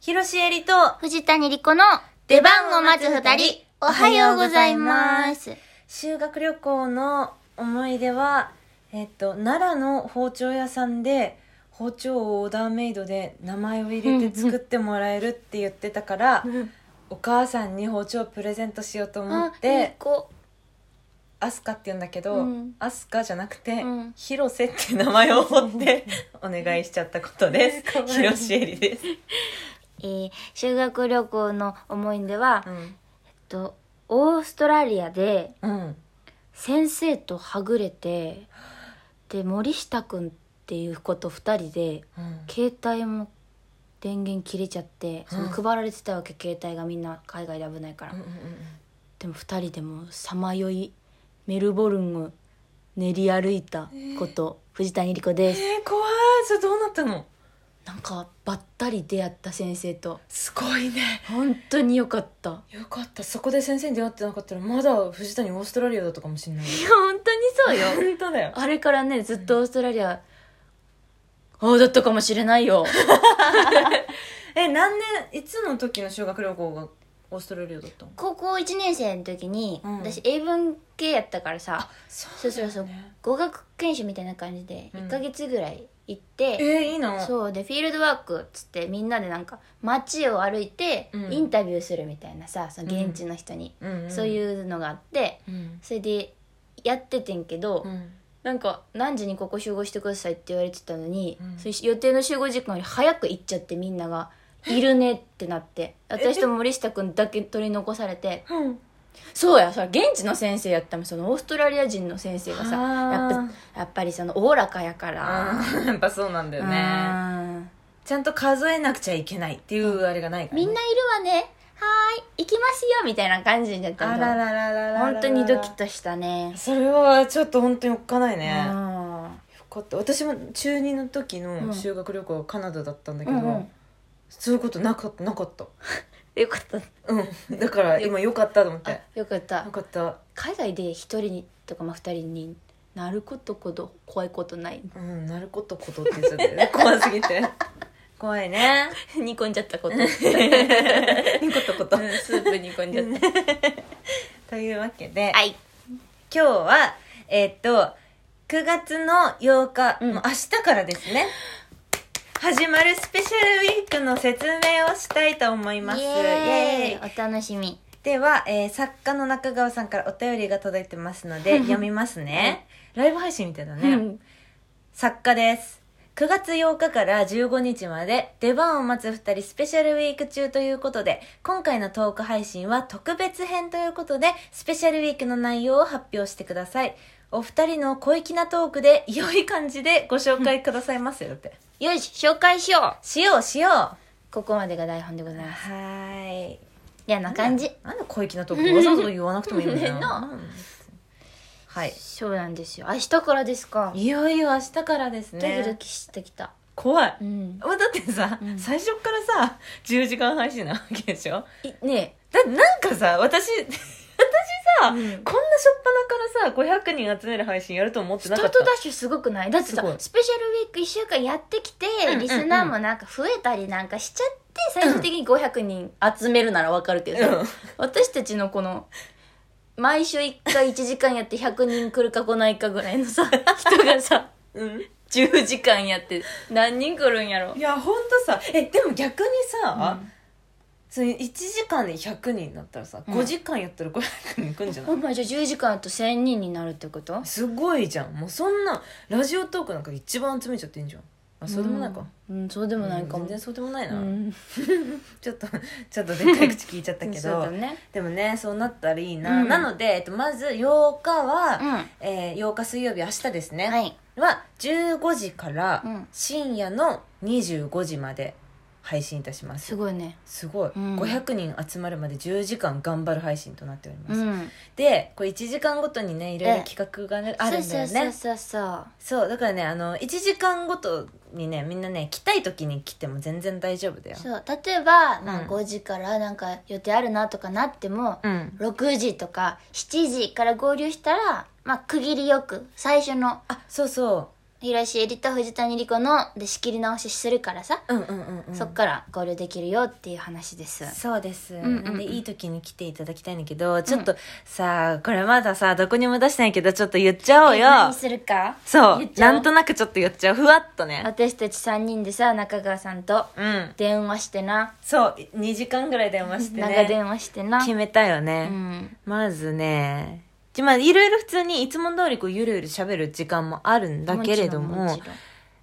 広しえりと、藤谷莉子の出番を待つ二人、おはようございます。修学旅行の思い出は、えっと、奈良の包丁屋さんで、包丁をオーダーメイドで名前を入れて作ってもらえるって言ってたから、お母さんに包丁をプレゼントしようと思あっ、莉て、子。アスカって言うんだけど、うんアスカじゃなくて、うん広瀬って名前を彫って、お願いしちゃったことですかわ。いい広しえりです。えー修学旅行の思い出は、うえっん。と、オーストラリアでうん。先生とはぐれて、で、森下くんっていう子と二人で、うん携帯も電源切れちゃって、そのうん配られてたわけ、携帯がみんな海外で危ないから。うんうんうんでも二人でもさまよいメルボルンを練り歩いたこと、藤谷莉子ですえー、怖いそれどうなったのなんかばったり出会った先生とすごいね本当によかったよかったそこで先生に出会ってなかったらまだ藤谷オーストラリアだったかもしれないいや本当にそうよ本当だよあれからねずっとオーストラリアああだったかもしれないよえ何年いつの時の修学旅行がオーストラリアだったの高校1年生の時に、うん私英文系やったからさそそうそうそう語学研修みたいな感じでうん1ヶ月ぐらい行って、えー、いいのそうでフィールドワークっつってみんなでなんか街を歩いてうんインタビューするみたいなさ、その現地の人に、う,、んうん、そうう、いうのがあってうんそれでやっててんけど、うん、なんか何時にここ集合してくださいって言われてたのに、うんそういう予定の集合時間より早く行っちゃってみんなが「いるね」ってなって 私と森下君だけ取り残されてうん、そうやそら現地の先生やったもんそのオーストラリア人の先生がさやあっーぱやっぱりそのおおらかやから。あーやっぱそうなんだよねうんちゃんと数えなくちゃいけないっていうあれがないから、みんないるわね。はーい。行きますよみたいな感じになったあらららの。ららら本当にドキッとしたね。それはちょっと本当におっかないうね、ん。よかった私も中2の時うのん修学旅行がカナダだったんだけうど、んうん。そういうことなかったなかったよかった。うんだから今よかったと思ってあよかったよ。かった海外で一人にとかまあ二人になることほど怖いことない。 うんなることことって言っちゃって ね怖すぎて怖い ね煮込んじゃった こと。いいことこと、スープ煮込んじゃっというわけで、た。はい。今日はえーっと9月の8日、うんもう明日からですね始まるスペシャルウィークの説明をしたいと思いますイイエーイエーイ。お楽しみ。では、えー作家の中川さんからお便りが届いてますの で読みますねライブ配信みたいだね、うん作家です9月8日から15日まで出番を待つ2人スペシャルウィーク中ということで今回のトーク配信は特別編ということでスペシャルウィークの内容を発表してくださいお二人の小粋なトークで良い感じでご紹介くださいますよってよし、紹介しよしようしようはう。ここまでが台本でございます。ーい嫌な感じ。なんで小粋なトークわざわざ言わなくてもいいん だよななはいそうなんですよ。明日からですか。いよいよ明日からですドキドねキしてきた。怖いうん。だってさ、うん最初からさ10時間配信なわけでしょいねだなんかさ私 私さ、うんこんな初っ端からさ500人集める配信やると思ってスタなーかっトダたッシュすごくないだってさすごいスペシャルウィーク1週間やってきて、んうんリスナーもなんか増えたりなんかしちゃって最終的に500人集めるならわかるけどさ、うん私たちのこの毎週1回1時間やって100人来るか来ないかぐらい のさ人がさうん10時間やって何人来るんやろいやほんとさえでも逆にさ、その1時間で100人だったらさ、うん5時間やったら500人いくんじゃない、お前じゃあ10時間あと1000人になるってことすごいじゃんもうそんなラジオトークなんか一番集めちゃっていいんじゃんあそうでもないか、うん、うんそうででもないかも全然そうでもないな、うんちょっとちょっとでっかい口聞いちゃったけ そうだどねでもねそうなったらいいな、うんなので、えっと、まず8日は、うんえー8日水曜日明日ですね、はいは15時からうん深夜の25時まで配信いたします、すごいねすごい、うん500人集まるまで10時間頑張る配信となっておりまうす、んでこれ1時間ごとにねいろいろ企画がね、あるんだよねそうそうそうそうそうだからねあの1時間ごとにねみんなね来たい時に来ても全然大丈夫だよそう例えば、まうあ、ん5時からなんか予定あるなとかなっても、うん6時とか7時から合流したら、まあ、区切りよく最初のあそうそう平石絵里と藤谷莉子ので仕切り直しするからさ、うんうんうんうんそっから合流できるよっていう話ですそうです、んうんうんでいい時に来ていただきたいんだけどちょっとさあこれまださどこにも出してないけどちょっと言っちゃおうえよ何するかそ言っうちゃおなんとなくちょっと言っちゃうふわっとね私たち3人でさ中川さんとうん電話してなそう2時間ぐらい電話して長ね電話してな決めたようね、んまずねちょまあいろいろ普通にいつも通りこうゆるゆる喋る時間もあるんだけれどもちろんち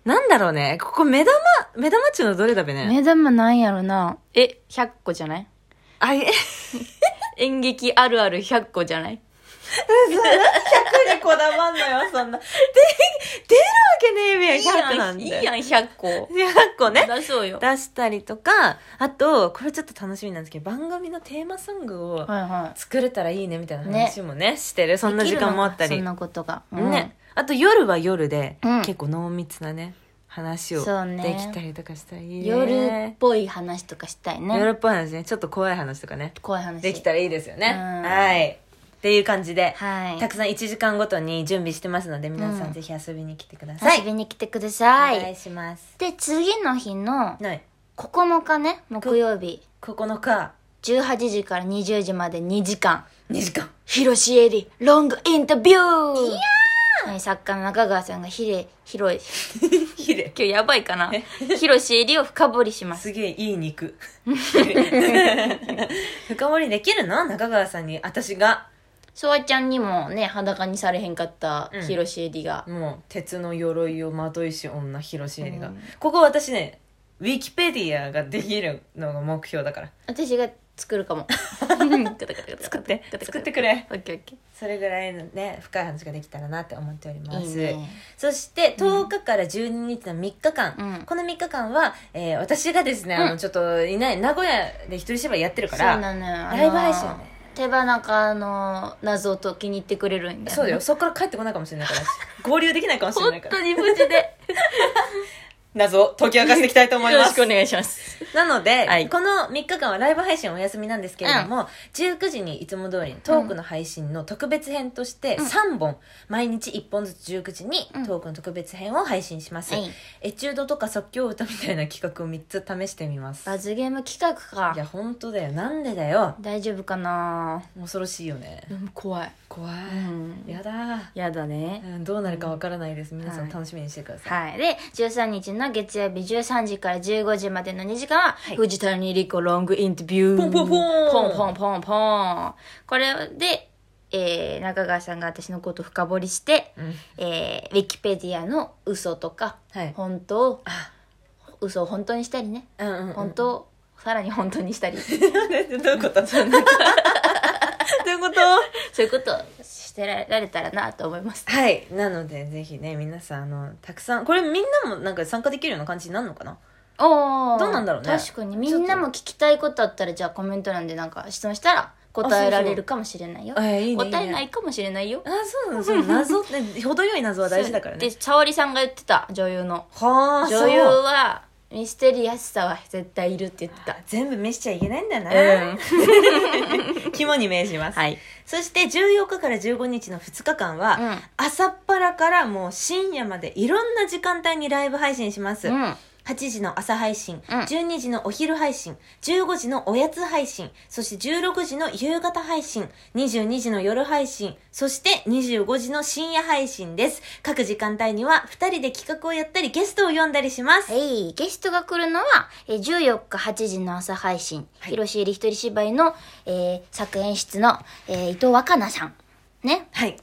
なんだろうねここ目玉目玉っちゅうのどれだべろんね目玉なんやろなえ100個じゃないあ え演劇あるある100個じゃない100にこだわんのよそんなで出るわけねえべ100なんだよいいやん100個100個ね出そうよ出したりとかあとこれちょっと楽しみなんですけど番組のテーマソングをはいは作れたらいいねみたいな話もねしてるそんなでき時るの間もあったそりんなことが、うんねあと夜は夜で、うん結構濃密なね話をそうねできたりとかしたらいいね夜っぽい話とかしたいね夜っぽい話ねちょっと怖い話とかね怖い話できたらいいですよねうんはいっていう感じで、はいたくさん1時間ごとに準備してますので皆さうんんぜひ遊びに来てください、遊びに来てくださお願いいしますで次の日はのい9日ね木曜日9日18時から20時まで2時間2時間広しえりロングインタビューいやー作家の中川さんがひれ広いひで今日やばい かな広しえりを深掘りしますすげえいい 肉深掘りできるの中川さんに私がソワちゃんにもね裸にされへんかったうん広しえりが、もう鉄の鎧をまといし女広重が、ここ私ねウィキペディアができるのが目標だから私が作る かも作って作ってくれオッケーオッケそれぐらいのね深い話ができたらなって思っておりまーすいいねそして10日から12日の3日間、うんこの3日間は、えー私がですね、あうんのちょっといない名古屋で一人芝居やってるそかうらなのよあのーライブ配信ね手羽中の謎を解きに行ってくれるんだよねそうだよそこから帰ってこないかもしれない から合流できないかもしれな本いから当に無事で謎を解き明かしていきたいと 思いよまろすしくお願いしますなので、はいこの3日間はライブ配信お休みなんですけれども、19時にいつも通りトークの配信の特別編として3本、毎日1本ずつ19時にうんトークの特別編を配信します、はいエチュードとか即興歌みたいな企画を3つ試してみますバズゲーム企画いやか本当だよなんでだよ大丈夫かな恐ろしいよねうん怖い怖い、うんやだ、やだねうん、どうなるかわからないです皆さはんい楽しみにしてください、はい。で、13日の月曜日13時から15時までの2時間は、はい藤谷莉子ロングインタビュー。ポンポンポーンポンポンポンポンこれで、えー、中川さんが私のことを深掘りして、うんえー、ウィキペディアの嘘とか、はい本当を、あ嘘を本当にしたりね。うんうんうん本当を、さらに本当 にしたり。そねどういうこと どういうことういうことをしてられたらなと思います。はいなのでぜひね皆さんあのたくさんこれみんなもなんか参加できるような感じになるのかなおーどうなんだろうね確かに。みんなも聞きたいことあったら、じゃあコメント欄でなんか質問したら答えられるかもしれないよ。あいいねいいね答えないかもしれないよ。あそうなの そう謎って程よい謎は大事だからねで、沙織さんが言ってた、女優の。はあ女優そうは、ミステリアスさは絶対いるって言ってた。全部見せちゃいけないんだな、うん。肝に銘じます、はい。そして14日から15日の2日間は、うん朝っぱらからもう深夜までいろんな時間帯にライブ配信します、うん。 8時の朝配信、うん12時のお昼配信、15時のおやつ配信、そして16時の夕方配信、22時の夜配信、そして25時の深夜配信です。各時間帯には2人で企画をやったりゲストを呼んだりします。はい、ゲストが来るのは、えー14日8時の朝配信、い広瀬入り一人芝居の、えー作演出の、えー伊藤若菜さん。ね。はい。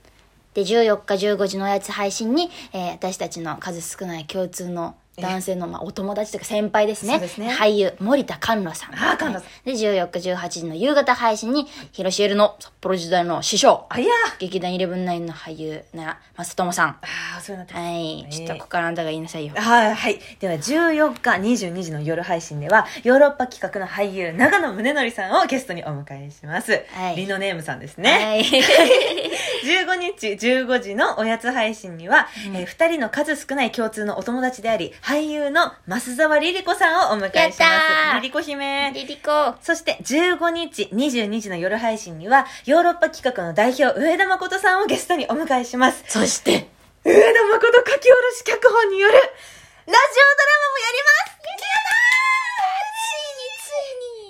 で、14日15時のおやつ配信に、えー私たちの数少ない共通の男性の、まあ、お友達というか先輩ですね。そうですね俳優、森田寛路さん。あー寛路さんで、14日18時の夕方配信に、広瀬入りの札幌時代の師匠、あいや劇団イレブンナインの俳優、な、正友さん。ああ、そうなってます。はい。ちょっとここからあんたが言いなさいよ。はい、はい。では、14日22時の夜配信では、ヨーロッパ企画の俳優、長野宗則さんをゲストにお迎えします。はいリノネームさんですね。 はい。 15日15時のおやつ配信には、えー、2人の数少ない共通のお友達であり俳優の増沢リリ子さんをお迎えしやっまたすーリリ子姫リリコ。そして15日22時の夜配信にはヨーロッパ企画の代表上田誠さんをゲストにお迎えしますそして、上田誠書き下ろし脚本によるラジオドラマもやります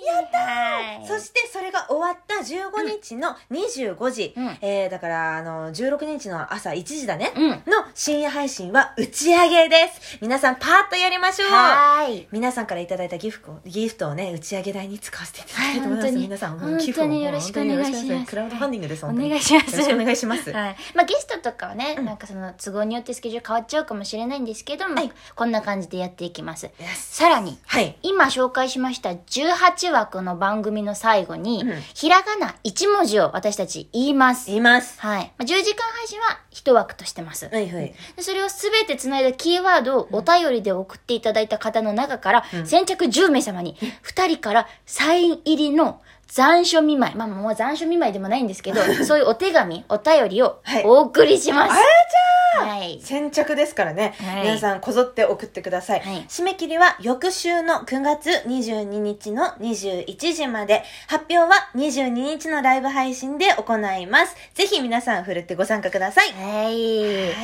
やったーはいそしてそれが終わった15日の25時、うんえーだからあの16日の朝1時だね、うんの深夜配信は打ち上げです皆さんパーッとやりましょうはーい皆さんからいただいたギフトギフトをね打ち上げ代に使わせていただきたいと思います、はい本当に皆さん本当に寄付をもうよろしくお願いします本当によろくおクラウドファンディングです、お本当に願いしますよろしくお願いします、はいまあ、ゲストとかはね、うんなんかその都合によってスケジュール変わっちゃうかもしれないんですけども、はいこんな感じでやっていきます Yes さらにはい今紹介しました18枠の番組の最後に、うんひらがな1文字を私たち言います、言いますはいまあ、10時間配信は1枠としてます、はいはいでそれを全てつないだキーワードをお便りで送っていただいた方の中から、うん先着10名様に2人からサイン入りの残暑見舞いまあもう残暑見舞いでもないんです けどそういうお手紙お便りをはいお送りします、あれはい先着ですからね、はい皆さんこぞって送ってください、はい締め切りは翌週の9月22日の21時まで発表は22日のライブ配信で行いますぜひ皆さんふるってご参加ください、はいは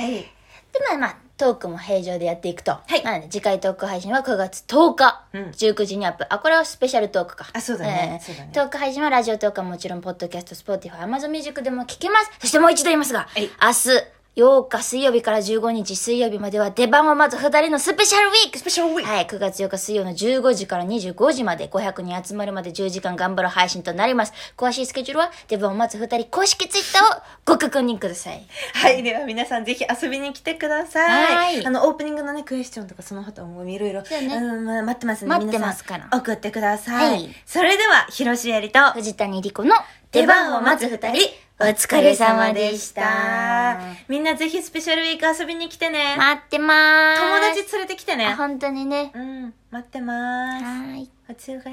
いでまあまあトークも平常でやっていくと、はいなので次回トーク配信は9月10日、うん19時にアップあこれはスペシャルトークかあそうだねそうだねトーク配信はラジオトークはもちろんポッドキャストスポーティファイアマゾンミュージックでも聞けますそしてもう一度言いますが、い明日8日水曜日から15日水曜日までは出番を待つ2人のスペシャルウィークスペシャルウィークはい、9月8日水曜の15時から25時まで500人集まるまで10時間頑張る配信となります。詳しいスケジュールは出番を待つ2人公式ツイッターをご確認ください。はい。では皆さんぜひ遊びに来てください。はいあの、オープニングのね、クエスチョンとかその他もいろいろ、そうねうんまあ待ってますね。待ってますから皆さん送ってください。はいそれでは、広瀬えりと、藤谷莉子の出番を待つ二人、お疲れ様でした。。みんなぜひスペシャルウィーク遊びに来てね。待ってまー友す。達連れてきてあね。本当にね。うん。待ってまーはす。ーい。お疲れ